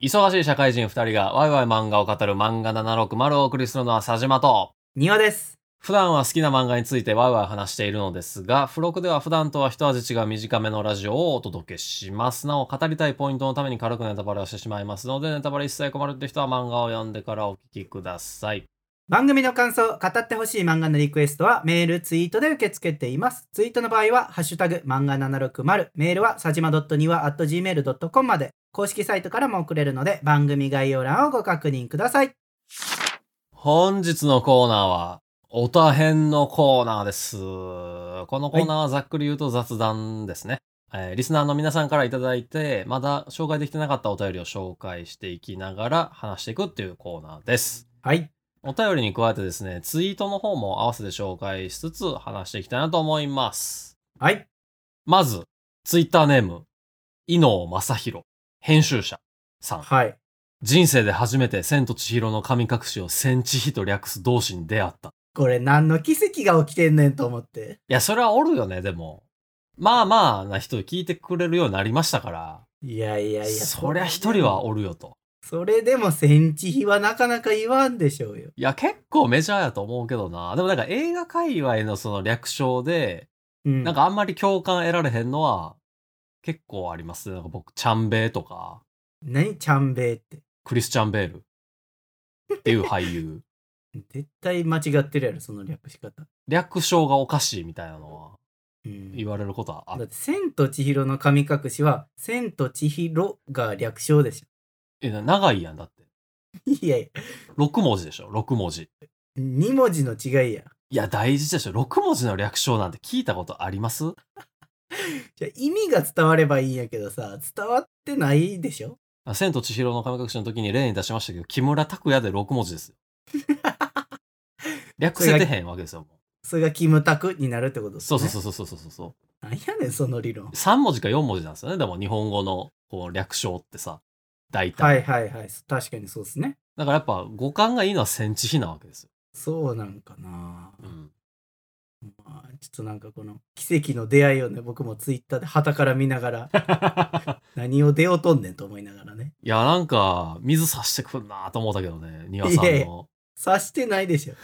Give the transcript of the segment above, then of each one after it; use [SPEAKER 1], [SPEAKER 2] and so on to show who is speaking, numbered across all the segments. [SPEAKER 1] 忙しい社会人2人がワイワイ漫画を語る漫画760をお送りするのは佐島と
[SPEAKER 2] 庭です。
[SPEAKER 1] 普段は好きな漫画についてワイワイ話しているのですが付録では普段とは一味違う短めのラジオをお届けしますなお語りたいポイントのために軽くネタバレをしてしまいますのでネタバレ一切困るって人は漫画を読んでからお聞きください
[SPEAKER 2] 番組の感想、語ってほしい漫画のリクエストはメール、ツイートで受け付けています。ツイートの場合は、ハッシュタグ、漫画760、メールは、さじま .niwa.gmail.com まで、公式サイトからも送れるので、番組概要欄をご確認ください。
[SPEAKER 1] 本日のコーナーは、おたへんのコーナーです。このコーナーはざっくり言うと雑談ですね。えーリスナーの皆さんからいただいて、まだ紹介できてなかったお便りを紹介していきながら話していくっていうコーナーです。
[SPEAKER 2] はい。
[SPEAKER 1] お便りに加えてですね、ツイートの方も合わせて紹介しつつ話していきたいなと思います。
[SPEAKER 2] はい。
[SPEAKER 1] まず、ツイッターネーム、伊能正弘、編集者さん。
[SPEAKER 2] はい。
[SPEAKER 1] 人生で初めて千と千尋の神隠しを千千尋と略す同志に出会った。
[SPEAKER 2] これ、何の奇跡が起きてんねんと思って。
[SPEAKER 1] いや、それはおるよね、でも。まあまあな人聞いてくれるようになりましたから、
[SPEAKER 2] いやいやいや。
[SPEAKER 1] そりゃ一人はおるよと。
[SPEAKER 2] それでも、センチ比はなかなか言わんでしょうよ。
[SPEAKER 1] いや、結構メジャーやと思うけどな。でもなんか映画界隈のその略称で、
[SPEAKER 2] うん。
[SPEAKER 1] なんかあんまり共感得られへんのは結構ありますね。なんか僕、チャンベイとか、
[SPEAKER 2] 何、チャンベイって。
[SPEAKER 1] クリスチャン・ベールっていう俳 優。
[SPEAKER 2] 絶対間違ってるやろ、その略し方。
[SPEAKER 1] 略称がおかしいみたいなのは
[SPEAKER 2] うん
[SPEAKER 1] 言われることはあ
[SPEAKER 2] だ
[SPEAKER 1] る。
[SPEAKER 2] って「千と千尋の神隠し」は「千と千尋」が略称でし
[SPEAKER 1] え、な長いやんだって。
[SPEAKER 2] ょ いやいや
[SPEAKER 1] 6文字でしょ、6文字。
[SPEAKER 2] 2文字の違いや
[SPEAKER 1] いや、大事でしょ。6文字の略称なんて聞いたことあります
[SPEAKER 2] じゃあ意味が伝わればいいんやけどさ伝わってないでしょ
[SPEAKER 1] あ千と千尋の神隠しの時に例に出しましたけど、木村拓哉で6文字 ですよ。略せてへんわけですよ。も
[SPEAKER 2] それがキムタクになるってこと
[SPEAKER 1] う
[SPEAKER 2] です、
[SPEAKER 1] そ
[SPEAKER 2] ね、
[SPEAKER 1] うそうそうそうそうそうそう
[SPEAKER 2] なんやねんその 理論
[SPEAKER 1] う。3文字か4文字なんですよね。でも日本語のこう略称ってさ、大体。
[SPEAKER 2] はいはいはい確かにそうですね
[SPEAKER 1] だからやっぱ語感がいいのは千千尋なわけですよ。
[SPEAKER 2] そうなんかな、
[SPEAKER 1] うん。
[SPEAKER 2] まあ、ちょっとなんかこの奇跡の出会いをね僕もツイッターで旗から見な がら何を出ようとんねんと思いながらね
[SPEAKER 1] いや、なんか、水差してくんなと思ったけどね、庭さん
[SPEAKER 2] いやいや
[SPEAKER 1] の。
[SPEAKER 2] 察してないでしょ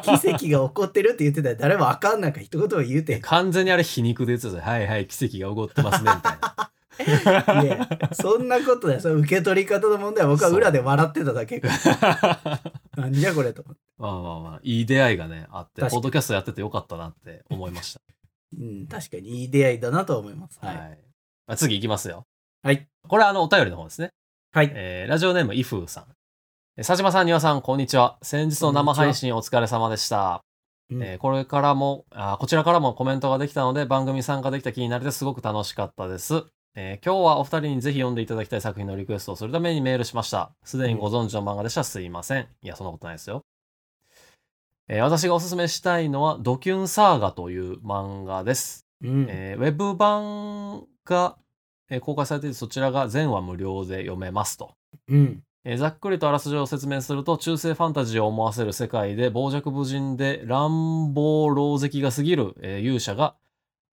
[SPEAKER 2] 奇跡が起こってるって言ってたら誰もあかんなんか一言も言うてへん
[SPEAKER 1] 完全にあれ皮肉で言ってたよはいはい、奇跡が起こってますね、みたいな。
[SPEAKER 2] いやそんなことだよ。その受け取り方の問題は僕は裏で笑ってただけ。なんじゃこれと思って。
[SPEAKER 1] まあまあまあ、いい出会いがね、あって、
[SPEAKER 2] 確か
[SPEAKER 1] ポ
[SPEAKER 2] に
[SPEAKER 1] ッドキャストやっててよかったなって思いました。
[SPEAKER 2] うん、確かにいい出会いだなとは思います。
[SPEAKER 1] は。
[SPEAKER 2] はいい。
[SPEAKER 1] まあ次いきますよ。
[SPEAKER 2] はい。
[SPEAKER 1] これはあの、お便りの方ですね。
[SPEAKER 2] はい。
[SPEAKER 1] えーラジオネーム、イフーさん。えー佐島さん、庭さん、こんにちは。先日の生配信お疲れ様でした。
[SPEAKER 2] うん
[SPEAKER 1] えーこれからもあー、こちらからもコメントができたので、番組参加できた気になれてすごく楽しかったです。えー今日はお二人にぜひ読んでいただきたい作品のリクエストをするためにメールしました。すでにご存知の漫画でしたらすいません。いや、そんなことないですよ。えー私がおすすめしたいのは、ドキュンサーガという漫画です。
[SPEAKER 2] うん。
[SPEAKER 1] えーウェブ版が、えー公開されていてそちらが全話無料で読めますと、
[SPEAKER 2] うん。
[SPEAKER 1] えーざっくりとあらすじを説明すると中世ファンタジーを思わせる世界で傍若無人で乱暴狼藉が過ぎる、えー勇者が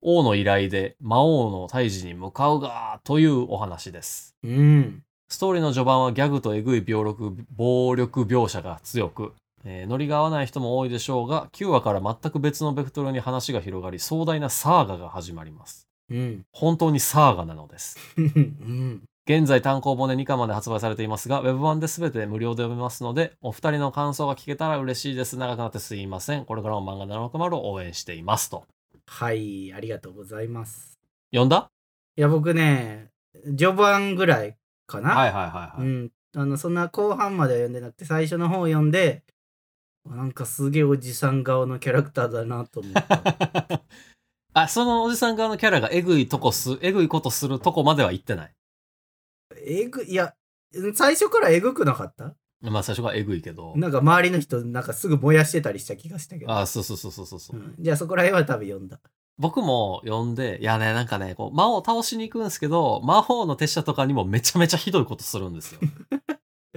[SPEAKER 1] 王の依頼で魔王の退治に向かうがというお話です
[SPEAKER 2] うん。
[SPEAKER 1] ストーリーの序盤はギャグとえぐい暴力暴力描写が強く、えーノリが合わない人も多いでしょうが9話から全く別のベクトルに話が広がり壮大なサーガが始まります
[SPEAKER 2] うん。
[SPEAKER 1] 本当にサーガなのです。
[SPEAKER 2] うん。
[SPEAKER 1] 現在単行本で2巻まで発売されていますが、ウェブ版で全て無料で読めますので、お二人の感想が聞けたら嬉しいです。長くなってすいません。これからも漫画760を応援しています。と。
[SPEAKER 2] はい。ありがとうございます。
[SPEAKER 1] 読んだ
[SPEAKER 2] いや、僕ね、序盤ぐらいかな。
[SPEAKER 1] いは
[SPEAKER 2] うん。あの、そんな後半までは読んでなくて、最初の方を読んで、なんかすげえおじさん顔のキャラクターだなと 思った。
[SPEAKER 1] い。あ、そのおじさん側のキャラがえぐいとこす、えぐいことするとこまでは行ってない。
[SPEAKER 2] えぐ、いや、最初からえぐくなかった
[SPEAKER 1] まあ最初からえぐいけど。
[SPEAKER 2] なんか周りの人なんかすぐ燃やしてたりした気がしたけど。
[SPEAKER 1] あ、そうそうそうそうそうそうう。
[SPEAKER 2] ん、じゃあそこら辺は多分読んだ。
[SPEAKER 1] 僕も読んで、いやね、なんかね、こう、魔王を倒しに行くんですけど、魔法の手下とかにもめちゃめちゃひどいことするん ですよ。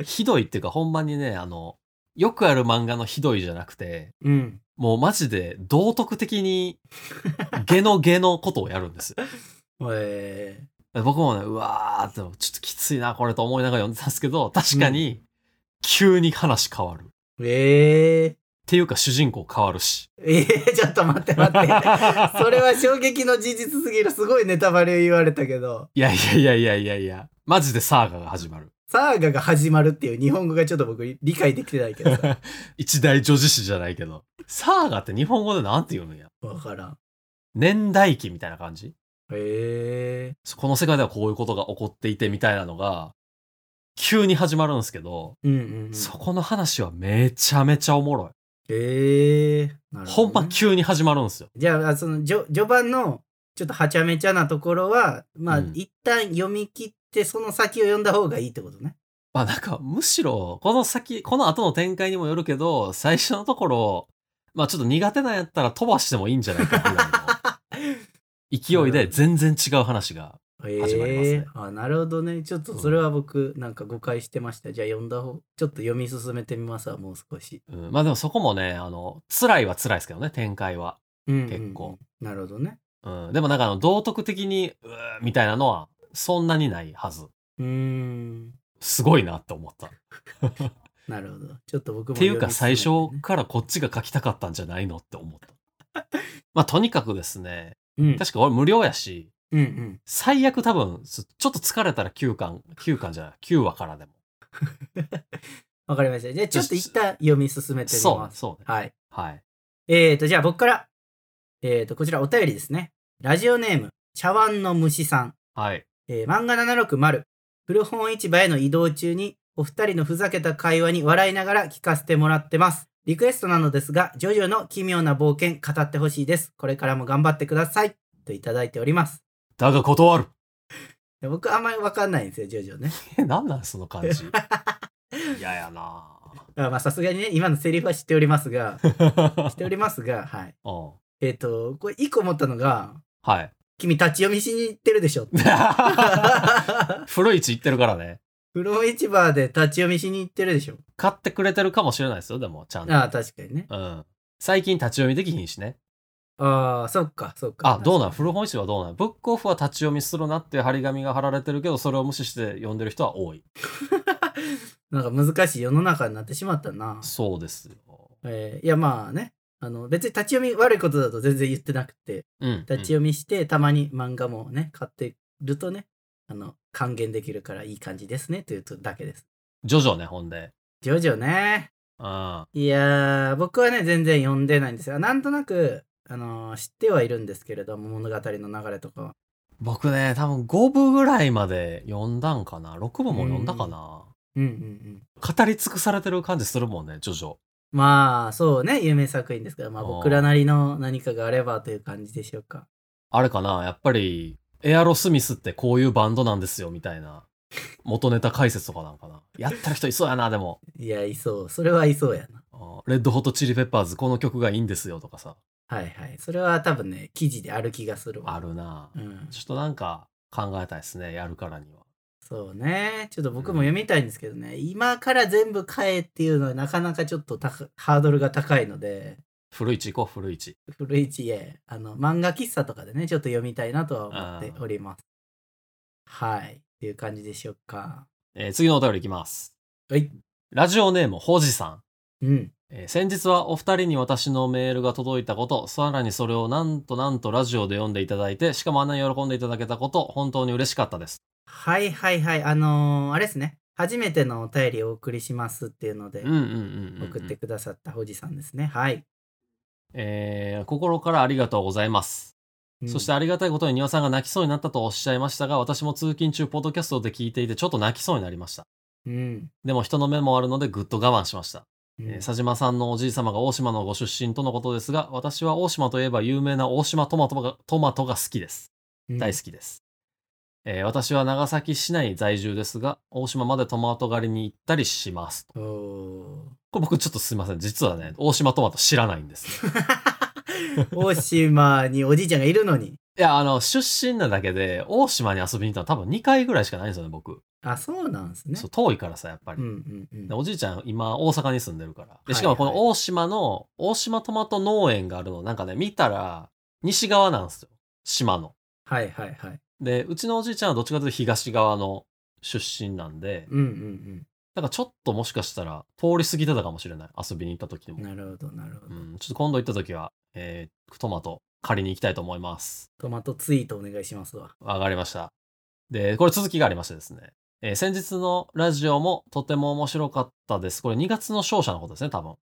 [SPEAKER 1] ひどいっていうか、ほんまにね、あの、よくある漫画のひどいじゃなくて、
[SPEAKER 2] うん。
[SPEAKER 1] もうマジで道徳的に、ゲのゲのことをやるんですよ。
[SPEAKER 2] え
[SPEAKER 1] 僕もね、うわーって、ちょっときついな、これと思いながら読んでたんですけど、確かに、急に話変わる。っ
[SPEAKER 2] ええ
[SPEAKER 1] ていうか、主人公変わるし。
[SPEAKER 2] ええ ちょっと待って待って。 それは衝撃の事実すぎる。すごいネタバレ言われたけど。
[SPEAKER 1] いやいやいやいやいやいや、マジでサーガが始まる。
[SPEAKER 2] サーガが始まるっていう日本語がちょっと僕理解できてないけど さ。
[SPEAKER 1] 一大女子誌じゃないけど。サーガって日本語でなんて言うのや。
[SPEAKER 2] わからん。
[SPEAKER 1] 年代記みたいな感じ
[SPEAKER 2] ええ
[SPEAKER 1] そうこの世界ではこういうことが起こっていてみたいなのが、急に始まるんですけど、
[SPEAKER 2] うんうん、うん。
[SPEAKER 1] そこの話はめちゃめちゃおもろい。
[SPEAKER 2] ええなるほ
[SPEAKER 1] ほ
[SPEAKER 2] ど
[SPEAKER 1] ん
[SPEAKER 2] ね
[SPEAKER 1] ま急に始まるんですよ。
[SPEAKER 2] じゃあ、その、じょ序盤の、ちょっとはちゃめちゃなところは、まあ、
[SPEAKER 1] うん
[SPEAKER 2] 一旦読み切って、その先を読んだ方がいいってことね。
[SPEAKER 1] まあなんか、むしろ、この先、この後の展開にもよるけど、最初のところ、まあちょっと苦手なんやったら飛ばしてもいいんじゃないかぐ ら いの勢いで全然違う話が。
[SPEAKER 2] え
[SPEAKER 1] 始まりますね
[SPEAKER 2] えあ、なるほどね。ちょっとそれは僕、なんか誤解してました。じゃあ読んだ方、ちょっと読み進めてみますわ、もう少し。
[SPEAKER 1] うんまあでもそこもね、あの、辛いは辛いですけどね、展開は。
[SPEAKER 2] うんうんうん
[SPEAKER 1] 結構。
[SPEAKER 2] なるほどね。
[SPEAKER 1] うん、でもなんかあの道徳的に、うーみたいなのは、そんなにないはず。
[SPEAKER 2] うーん。
[SPEAKER 1] すごいなって思った。っ
[SPEAKER 2] なるほど。ちょっと僕も、
[SPEAKER 1] ていうか最初、からこっちが書きたかったんじゃないのって思った。まあとにかくですね、
[SPEAKER 2] うん、
[SPEAKER 1] 確か俺無料やし、
[SPEAKER 2] うんうん。
[SPEAKER 1] 最悪多分、すちょっと疲れたら9巻、9巻じゃない、9話からでも。
[SPEAKER 2] わかりました。じゃあちょっと一旦読み進めてみ
[SPEAKER 1] そ
[SPEAKER 2] ま
[SPEAKER 1] う、
[SPEAKER 2] す。
[SPEAKER 1] そうね。
[SPEAKER 2] はい。
[SPEAKER 1] はい。
[SPEAKER 2] えーと、じゃあ僕から、えーと、こちらお便りですね。ラジオネーム、茶碗の虫さん。
[SPEAKER 1] はい。
[SPEAKER 2] えー漫画760。古本市場への移動中に、お二人のふざけた会話に笑いながら聞かせてもらってます。リクエストなのですが、ジョジョの奇妙な冒険語ってほしいです。これからも頑張ってください。といただいております。
[SPEAKER 1] だが断る。
[SPEAKER 2] で僕あんまりわかんないんですよ、ジョジョね。
[SPEAKER 1] え、なんなんその感 じ。嫌やな
[SPEAKER 2] あまあさすがにね、今のセリフは知っておりますが、 知っておりますが、はい。
[SPEAKER 1] うん。
[SPEAKER 2] えっ、と、これ一個思ったのが、
[SPEAKER 1] はい。
[SPEAKER 2] 君立ち読みしに行ってるでしょ。
[SPEAKER 1] 古い市行ってるからね。
[SPEAKER 2] フロ市場で立ち読みしに行ってるでしょ。
[SPEAKER 1] 買ってくれてるかもしれないですよ、でも、ちゃんと。
[SPEAKER 2] ああ、確かにね。
[SPEAKER 1] うん。最近立ち読みできひんしね。
[SPEAKER 2] ああ、そっか、そっか。
[SPEAKER 1] あ、どうなん
[SPEAKER 2] 確か
[SPEAKER 1] 古本市はどうなんブックオフは立ち読みするなっていう張り紙が貼られてるけど、それを無視して読んでる人は多い。
[SPEAKER 2] になんか難しい世の中になってしまったな。
[SPEAKER 1] そうですよ。
[SPEAKER 2] えーいや、まあね。あの、別に立ち読み悪いことだと全然言ってなくて、
[SPEAKER 1] うん。
[SPEAKER 2] 立ち読みして、たまに漫画もね、買ってるとね、あの、還元できるからいい感じですね、というとだけです。
[SPEAKER 1] ジョジョね、ほんで。
[SPEAKER 2] ジョジョね。
[SPEAKER 1] うん。
[SPEAKER 2] いやー、僕はね、全然読んでないんですよ。なんとなく、あのー知ってはいるんですけれども、物語の流れとかは。
[SPEAKER 1] 僕ね、多分5部ぐらいまで読んだんかな。6部も読んだかな。
[SPEAKER 2] うんうんうん。
[SPEAKER 1] 語り尽くされてる感じするもんね、ジョジョ。
[SPEAKER 2] まあそうね有名作品ですから、まあ、
[SPEAKER 1] あー
[SPEAKER 2] 僕らなりの何かがあればという感じでしょうか。
[SPEAKER 1] あれかな、やっぱり、エアロスミスってこういうバンドなんですよ、みたいな。元ネタ解説とかなんかな。やってる人いそうやな、でも。
[SPEAKER 2] いやいそうそれはいそうやな。
[SPEAKER 1] あレッドホットチリペッパーズ、この曲がいいんですよ、とかさ。
[SPEAKER 2] はいはいそれは多分ね記事である気がするわ。
[SPEAKER 1] あるな
[SPEAKER 2] う。ん、
[SPEAKER 1] ちょっとなんか考えたいですね、やるからには。
[SPEAKER 2] そうねちょっと僕も読みたいんですけどね、今から全部買えっていうのはなかなかちょっと高ハードルが高いので
[SPEAKER 1] 古市行こう、古市。
[SPEAKER 2] 古市へあの漫画喫茶とかでねちょっと読みたいなとは思っております。はいっていう感じでしょうか。
[SPEAKER 1] えー次のお便りいきます。
[SPEAKER 2] はい。
[SPEAKER 1] ラジオネーム、ほじさん。
[SPEAKER 2] うん。
[SPEAKER 1] えー先日はお二人に私のメールが届いたこと、さらにそれをなんとなんとラジオで読んでいただいて、しかもあんなに喜んでいただけたこと、本当に嬉しかったです。
[SPEAKER 2] はいはいはい。あのーあれですね。初めてのお便りをお送りしますっていうので
[SPEAKER 1] うん、うんうんうん、うん。
[SPEAKER 2] 送ってくださったほじさんですね。はい。
[SPEAKER 1] えー心からありがとうございます。
[SPEAKER 2] うん
[SPEAKER 1] そしてありがたいことに庭さんが泣きそうになったとおっしゃいましたが、私も通勤中、ポッドキャストで聞いていて、ちょっと泣きそうになりました。
[SPEAKER 2] うん。
[SPEAKER 1] でも人の目もあるので、ぐっと我慢しました。
[SPEAKER 2] うん
[SPEAKER 1] えー佐島さんのおじい様が大島のご出身とのことですが、私は大島といえば有名な大島トマトがトマトが好きです。
[SPEAKER 2] うん
[SPEAKER 1] 大好きです。えー私は長崎市内在住ですが、大島までトマト狩りに行ったりします。
[SPEAKER 2] おー
[SPEAKER 1] これ僕ちょっとすいません。実はね、大島トマト知らないん です。
[SPEAKER 2] 大島におじいちゃんがいるのに。
[SPEAKER 1] いや、あの、出身なだけで、大島に遊びに行ったの多分2回ぐらいしかないんですよね、僕。
[SPEAKER 2] あ、そうなんですね
[SPEAKER 1] そう。遠いからさ、やっぱ
[SPEAKER 2] う
[SPEAKER 1] り。
[SPEAKER 2] んうん
[SPEAKER 1] で
[SPEAKER 2] うん。
[SPEAKER 1] おじいちゃん、今、大阪に住んでるから。で、しかもこ
[SPEAKER 2] はい
[SPEAKER 1] の大島の、大島トマト農園があるの、なんかね、見たら、西側なんですよ。島の。
[SPEAKER 2] はいはいはい。
[SPEAKER 1] で、うちのおじいちゃんはどっちかというと東側の出身なんで、
[SPEAKER 2] うんうん
[SPEAKER 1] なんかちょっともしかしたら通り過ぎてたかもしれない。遊びに行った時で
[SPEAKER 2] うん。
[SPEAKER 1] も。
[SPEAKER 2] なるほど、なるほ
[SPEAKER 1] う
[SPEAKER 2] ど。
[SPEAKER 1] ん、ちょっと今度行った時は、えートマト借りに行きたいと思います。
[SPEAKER 2] トマトツイートお願いしますわ。
[SPEAKER 1] わかりました。で、これ続きがありましてですね。えー先日のラジオもとても面白かったです。これ2月の勝者のことですね、多分。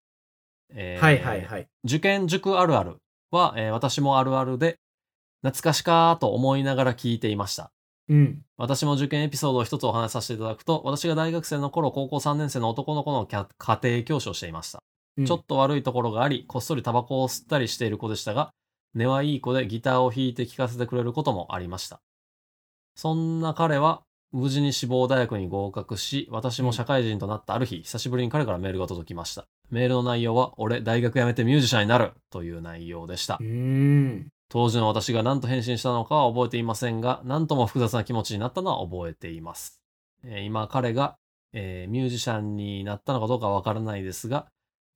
[SPEAKER 1] えー
[SPEAKER 2] はいはいはい。
[SPEAKER 1] 受験塾あるあるは、えー私もあるあるで、懐かしかーと思いながら聞いていました。
[SPEAKER 2] うん。
[SPEAKER 1] 私も受験エピソードを一つお話しさせていただくと、私が大学生の頃、高校3年生の男の子の家家庭教師をしていました。
[SPEAKER 2] うん
[SPEAKER 1] ちょっと悪いところがあり、こっそりタバコを吸ったりしている子でしたが、根はいい子でギターを弾いて聴かせてくれることもありました。そんな彼は、無事に志望大学に合格し、私も社会人となったある日、久しぶりに彼からメールが届きました。メールの内容は、俺、大学辞めてミュージシャンになるという内容でした
[SPEAKER 2] う。ーん。
[SPEAKER 1] 当時の私が何と返信したのかは覚えていませんが、何とも複雑な気持ちになったのは覚えています。えー今彼が、えーミュージシャンになったのかどうかはわからないですが、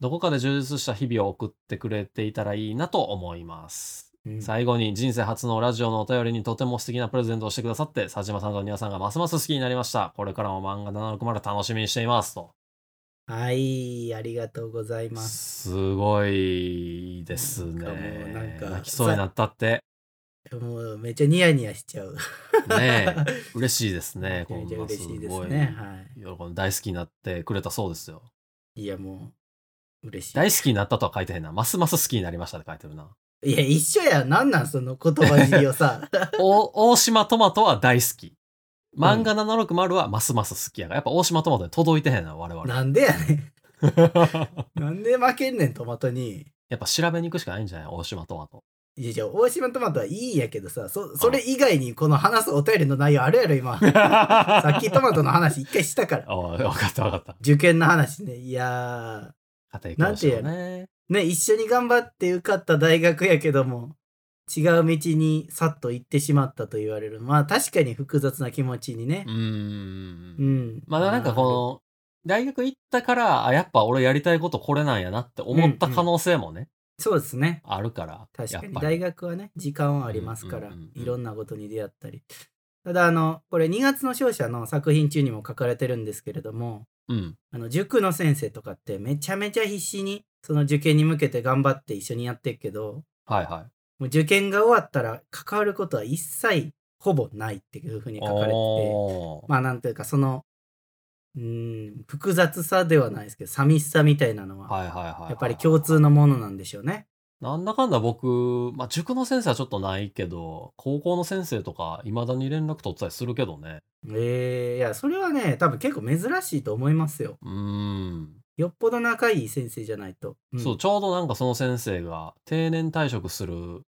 [SPEAKER 1] どこかで充実した日々を送ってくれていたらいいなと思います。
[SPEAKER 2] うん
[SPEAKER 1] 最後に人生初のラジオのお便りにとても素敵なプレゼントをしてくださって、佐島さんと庭さんがますます好きになりました。これからも漫画760楽しみにしています。と。
[SPEAKER 2] はい、ありがとうございます。
[SPEAKER 1] すごいですね。
[SPEAKER 2] なんかもうなんか
[SPEAKER 1] 泣きそうになったって。
[SPEAKER 2] もうめっちゃニヤニヤしちゃう。
[SPEAKER 1] ねえ。嬉しいです ね。
[SPEAKER 2] め
[SPEAKER 1] こ
[SPEAKER 2] っ
[SPEAKER 1] ん
[SPEAKER 2] ちゃ
[SPEAKER 1] なす
[SPEAKER 2] 嬉しいです
[SPEAKER 1] ごい。
[SPEAKER 2] ね。は
[SPEAKER 1] 喜んで大好きになってくれたそうですよ。
[SPEAKER 2] い。いや、もう、嬉しい。
[SPEAKER 1] 大好きになったとは書いてへんな。ますます好きになりましたって書いてる な。
[SPEAKER 2] いや、一緒や。なんなん、その言葉尻 をさ。
[SPEAKER 1] お大島トマトは大好き。漫画760はますます好きやが。やっぱ大島トマトに届いてへんな、我々。
[SPEAKER 2] なんでやねん。なんで負けんねん、トマトに。
[SPEAKER 1] やっぱ調べに行くしかないんじゃない大島ト マト。
[SPEAKER 2] いや、じゃあ大島トマトはいいやけどさ、そそれ以外にこの話すお便りの内容あるや ろ、今。さ
[SPEAKER 1] さ
[SPEAKER 2] っきトマトの話一回したから。
[SPEAKER 1] おわかったわかった。
[SPEAKER 2] 受験の話ね。いや
[SPEAKER 1] 家庭教師のね。
[SPEAKER 2] ー、ね、一緒に頑張って受かった大学やけども、違う道にさっと行ってしまったと言われる。まあ確かに複雑な気持ちにね
[SPEAKER 1] う。ー。
[SPEAKER 2] うんん。
[SPEAKER 1] まだなんかこの、大学行ったから、あ、やっぱ俺やりたいことこれなんやなって思った可能性もね、
[SPEAKER 2] の。そうですね。
[SPEAKER 1] あるから。
[SPEAKER 2] 確か
[SPEAKER 1] やっ
[SPEAKER 2] に
[SPEAKER 1] ぱり
[SPEAKER 2] 大学はね時間はありますから、
[SPEAKER 1] うんうんうんうん
[SPEAKER 2] いろんなことに出会ったりただあのこれ2月の勝者の作品中にも書かれてるんですけれども
[SPEAKER 1] うん。
[SPEAKER 2] あの塾の先生とかってめちゃめちゃ必死にその受験に向けて頑張って一緒にやってるけど
[SPEAKER 1] はいはい。
[SPEAKER 2] もう受験が終わったら関わることは一切ほぼないっていうふうに書かれてて
[SPEAKER 1] おー
[SPEAKER 2] まあなんというかそのうーん複雑さではないですけど寂しさみたいなのは
[SPEAKER 1] はいはいはいはい。
[SPEAKER 2] やっぱり共通のものなんでしょうね。
[SPEAKER 1] なんだかんだ僕、まあ、塾の先生はちょっとないけど、高校の先生とか、いまだに連絡取ってたりするけどね。
[SPEAKER 2] えー、いやそれはね多分結構珍しいと思いますよ。
[SPEAKER 1] うーん。
[SPEAKER 2] よっぽど仲いい先生じゃないと。うん
[SPEAKER 1] そう、ちょうどなんかその先生が定年退職する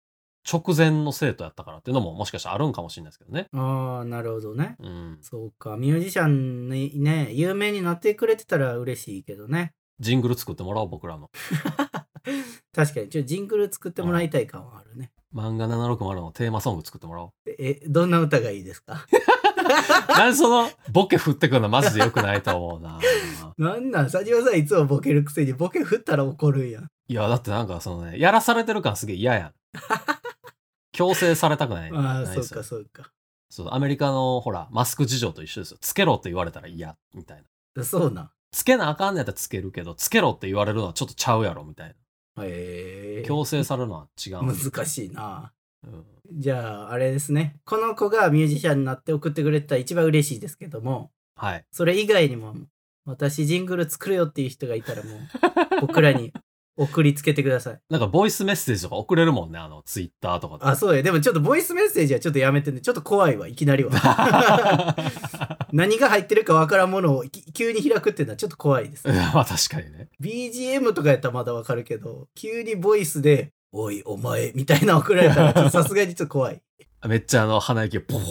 [SPEAKER 1] 直前の生徒やったからっていうのも、もしかしたらあるんかもしれないですけどね。
[SPEAKER 2] ああなるほどね。
[SPEAKER 1] うん。
[SPEAKER 2] そうかミュージシャンにね有名になってくれてたら嬉しいけどね。
[SPEAKER 1] ジングル作ってもらおう、僕らの。
[SPEAKER 2] 確かにちょっとジングル作ってもらいたい感はあるね。
[SPEAKER 1] 漫画760のテーマソング作ってもらおう。
[SPEAKER 2] えどんな歌がいいですか
[SPEAKER 1] なんでその、ボケ振ってくるのマジで良くないと思うな。
[SPEAKER 2] なんなん佐島さんいつもボケるくせにボケ振ったら怒るんやん。
[SPEAKER 1] いや、だってなんかそのね、やらされてる感すげえ嫌 やん。強制されたくない。
[SPEAKER 2] ああ
[SPEAKER 1] ない
[SPEAKER 2] そ
[SPEAKER 1] で
[SPEAKER 2] う
[SPEAKER 1] すよ
[SPEAKER 2] かそうか。
[SPEAKER 1] そう、アメリカのほら、マスク事情と一緒ですよ。つけろって言われたら嫌、みたいな。
[SPEAKER 2] そうなん。
[SPEAKER 1] つけなあかんねやったらつけるけど、つけろって言われるのはちょっとちゃうやろ、みたい
[SPEAKER 2] へえ
[SPEAKER 1] な。強制されるのは違う。
[SPEAKER 2] 難しいな。
[SPEAKER 1] うん
[SPEAKER 2] じゃああれですねこの子がミュージシャンになって送ってくれてたら一番嬉しいですけども
[SPEAKER 1] はい。
[SPEAKER 2] それ以外にも私ジングル作れよっていう人がいたらもう僕らに送りつけてください
[SPEAKER 1] なんか、ボイスメッセージとか送れるもんね、あの、ツイッターとかで
[SPEAKER 2] あそうやでもちょっとボイスメッセージはちょっとやめてねちょっと怖いわいきなりは 何が入ってるかわからんものをき急に開くっていうのはちょっと怖いです
[SPEAKER 1] うん まあ、確かにね。
[SPEAKER 2] BGM とかやったらまだわかるけど急にボイスで「おいお前」みたいなの送られたらちょっとさすがにちょっと怖い
[SPEAKER 1] めっちゃ、あの、鼻息がボー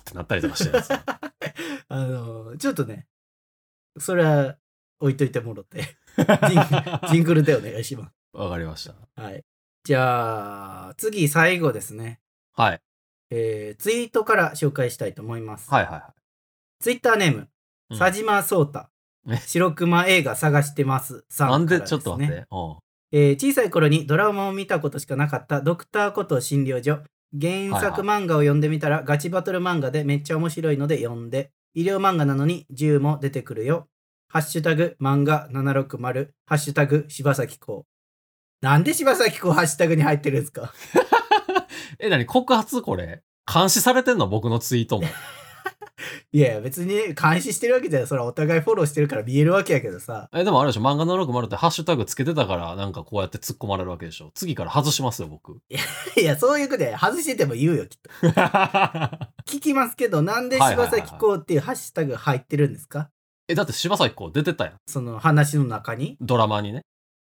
[SPEAKER 1] ってなったりとかしてるやつ。
[SPEAKER 2] あのちょっとねそれは置いといてもろってジン ジングルでお願いします
[SPEAKER 1] わかりました。
[SPEAKER 2] はい。じゃあ、次、最後ですね。
[SPEAKER 1] はい。
[SPEAKER 2] えーツイートから紹介したいと思います。
[SPEAKER 1] はいはいは
[SPEAKER 2] ツイッターネーム、
[SPEAKER 1] うん
[SPEAKER 2] 佐島聡太
[SPEAKER 1] え。
[SPEAKER 2] 白熊映画探してます。
[SPEAKER 1] い。
[SPEAKER 2] さ
[SPEAKER 1] なんん
[SPEAKER 2] から
[SPEAKER 1] です
[SPEAKER 2] ね
[SPEAKER 1] ちょっと待って。うん
[SPEAKER 2] えー小さい頃にドラマを見たことしかなかったドクターこと診療所原
[SPEAKER 1] は
[SPEAKER 2] 作漫画を読んでみたらガチバトル漫画でめっちゃ面白いので読んで。医療漫画なのに銃も出てくるよ。ハッシュタグ漫画760、ハッシュタグ柴咲コウ。なんで柴咲コウハッシュタグに入ってるんですか
[SPEAKER 1] え、何告発これ。監視されてんの僕のツイー トも。
[SPEAKER 2] いやいや、別に監視してるわけじゃない。それはお互いフォローしてるから見えるわけやけどさ。
[SPEAKER 1] え、でもあれでしょ、漫画760ってハッシュタグつけてたから、なんかこうやって突っ込まれるわけでしょ。次から外しますよ、僕。
[SPEAKER 2] いや、そういうことや。外してても言うよ、きっと。聞きますけど、なんで
[SPEAKER 1] はいはいは
[SPEAKER 2] 柴
[SPEAKER 1] いはい
[SPEAKER 2] 咲コウっていうハッシュタグ入ってるんですか、
[SPEAKER 1] え、だって柴咲コウ出てたやん。
[SPEAKER 2] その話の中に
[SPEAKER 1] ドラマにね。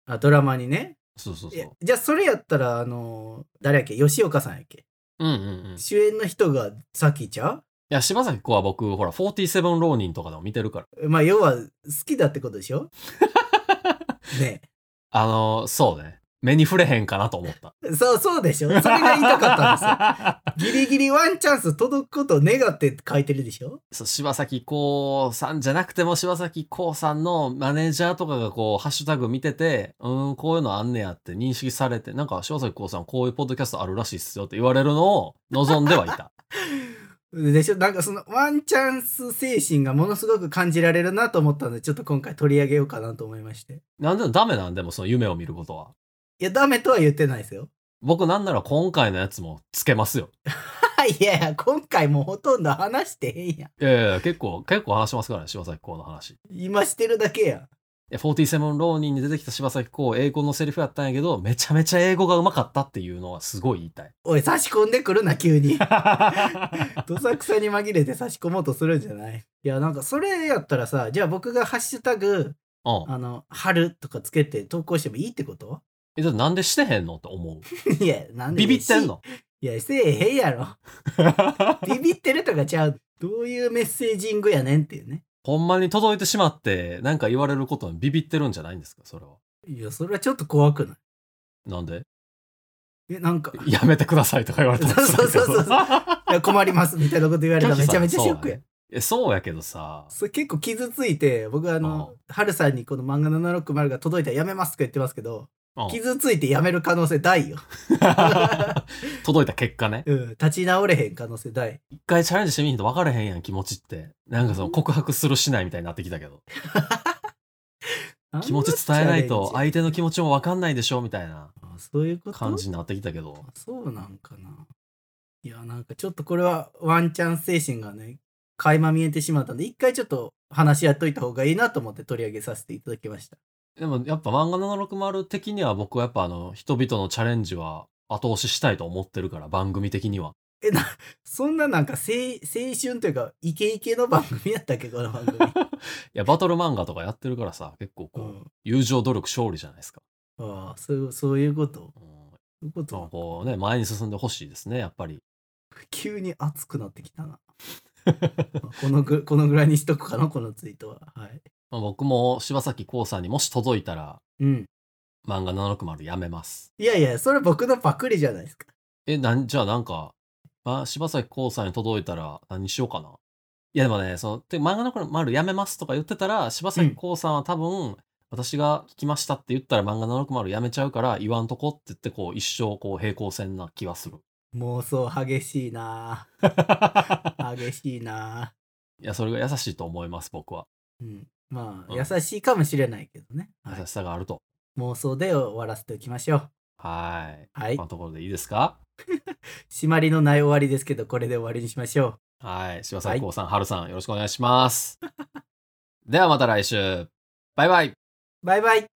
[SPEAKER 2] あドラマにね
[SPEAKER 1] そうそう
[SPEAKER 2] い
[SPEAKER 1] そ
[SPEAKER 2] や
[SPEAKER 1] う。
[SPEAKER 2] じゃあそれやったらあのー誰やっけ吉岡さんやっけ
[SPEAKER 1] うんうんうん。い
[SPEAKER 2] 主演の人がさきちゃ
[SPEAKER 1] や、柴咲コウは僕、ほら、47浪人とかでも見てるから。
[SPEAKER 2] うまあ要は好きだってことで しょね
[SPEAKER 1] あのー、そうね。目に触れへんかなと思 った。
[SPEAKER 2] えそうそうでしょそれが言いたかったんです
[SPEAKER 1] た
[SPEAKER 2] よ
[SPEAKER 1] んで
[SPEAKER 2] ギリギリワンチャンス届くことを願って書いてるでしょ
[SPEAKER 1] すよ。柴咲コウさんじゃなくても柴咲コウさんのマネージャーとかがこうハッシュタグ見ててうーんこういうのあんねやって認識されてなんか柴咲コウさんこういうポッドキャストあるらしいっすよって言われるのを望んではいた
[SPEAKER 2] でしょなんかそのワンチャンス精神がものすごく感じられるなと思ったのでちょっと今回取り上げようかなと思いまして
[SPEAKER 1] なんでもダメなんでもその夢を見ることはい
[SPEAKER 2] やダメとは言ってないですよ
[SPEAKER 1] 僕なんなら今回のやつもつけますよ
[SPEAKER 2] いやいや今回もうほとんど話してへんやん
[SPEAKER 1] いやいやいや結構結構話しますからね柴咲コウの話
[SPEAKER 2] 今してるだけやん
[SPEAKER 1] え47浪人に出てきた柴咲コウ英語のセリフやったんやけどめちゃめちゃ英語がうまかったっていうのはすごい言い たい
[SPEAKER 2] おい差し込んでくるな急 にどさくさに紛れて差し込もうとするんじゃないいやなんかそれやったらさじゃあ僕が「ハッシュタ
[SPEAKER 1] う
[SPEAKER 2] グ
[SPEAKER 1] ん
[SPEAKER 2] あの春」とかつけて投稿してもいいってこと
[SPEAKER 1] え、だってなんでしてへんのって思
[SPEAKER 2] いやな
[SPEAKER 1] う。
[SPEAKER 2] んで
[SPEAKER 1] ビビってんの
[SPEAKER 2] いやせえへ んやろビビってるとかちゃうどういうメッセージングやねんっていうね
[SPEAKER 1] ほんまに届いてしまって、なんか言われることにビビってるんじゃないんですかそれは。
[SPEAKER 2] いやそれはちょっと怖くない
[SPEAKER 1] なんで
[SPEAKER 2] えなんか
[SPEAKER 1] やめてくださいとか言われたら
[SPEAKER 2] そう そうそ うそう
[SPEAKER 1] 辛いけど
[SPEAKER 2] いや困りますみたいなこと言われたらめちゃめちゃショックや
[SPEAKER 1] え、そうやけどさ。
[SPEAKER 2] それ結構傷ついて僕あのハルさんにこの漫画760が届いたらやめますとか言ってますけど
[SPEAKER 1] うん
[SPEAKER 2] 傷ついてやめる可能性大よ、
[SPEAKER 1] 届いた結果ね。
[SPEAKER 2] うん、立ち直れへん可能性大
[SPEAKER 1] 一回チャレンジしてみひんと分からへんやん、気持ちって。なんかその告白するしないみたいになってきたけど。気持ち伝えないと相手の気持ちも分かんないでしょみたいな
[SPEAKER 2] あそういうこと
[SPEAKER 1] 感じになってきたけど。
[SPEAKER 2] そうなんかないやなんかちょっとこれはワンチャン精神がね垣間見えてしまったんで一回ちょっと話し合っといた方がいいなと思って取り上げさせていただきました
[SPEAKER 1] でもやっぱ漫画760的には僕はやっぱあの人々のチャレンジは後押ししたいと思ってるから番組的には。
[SPEAKER 2] えなそんななんか青青春というかイケイケの番組やったっけこの 番組、
[SPEAKER 1] いやバトル漫画とかやってるからさ結構
[SPEAKER 2] う
[SPEAKER 1] こう、
[SPEAKER 2] ん、
[SPEAKER 1] 友情努力勝利じゃないですか。
[SPEAKER 2] ああそうそういうこと
[SPEAKER 1] うん、
[SPEAKER 2] そういうこ
[SPEAKER 1] まあ
[SPEAKER 2] と
[SPEAKER 1] こうね前に進んでほしいですねやっぱり。
[SPEAKER 2] 急に熱くなってきたな まあこのぐこのぐらいにしとくかなこのツイートははい
[SPEAKER 1] まあ僕も柴咲コウさんにもし届いたら
[SPEAKER 2] うん
[SPEAKER 1] 漫画760やめます。
[SPEAKER 2] いやいやそれ僕のパクリじゃないですか
[SPEAKER 1] えなんじゃあなんか、まあ、柴咲コウさんに届いたら何しようかな。いやでもねそのて漫画760やめますとか言ってたら柴咲コウさんは多分、私が聞きましたって言ったら漫画760やめちゃうから言わんとこって言ってこう一生こう平行線な気はする。
[SPEAKER 2] 妄想激しいなあ激しいなあ
[SPEAKER 1] いや、それが優しいと思います、僕は。
[SPEAKER 2] うんまあ
[SPEAKER 1] うん
[SPEAKER 2] 優しいかもしれないけどね、はい
[SPEAKER 1] 優しさがあると。
[SPEAKER 2] 妄想で終わらせておきましょう
[SPEAKER 1] はーい。
[SPEAKER 2] はい
[SPEAKER 1] このところでいいですか
[SPEAKER 2] 締まりのない終わりですけどこれで終わりにしましょ
[SPEAKER 1] はい。柴咲コウさん、はるさん、 よろしくお願いします。ではまた来週。バイバイ。
[SPEAKER 2] うバイバイ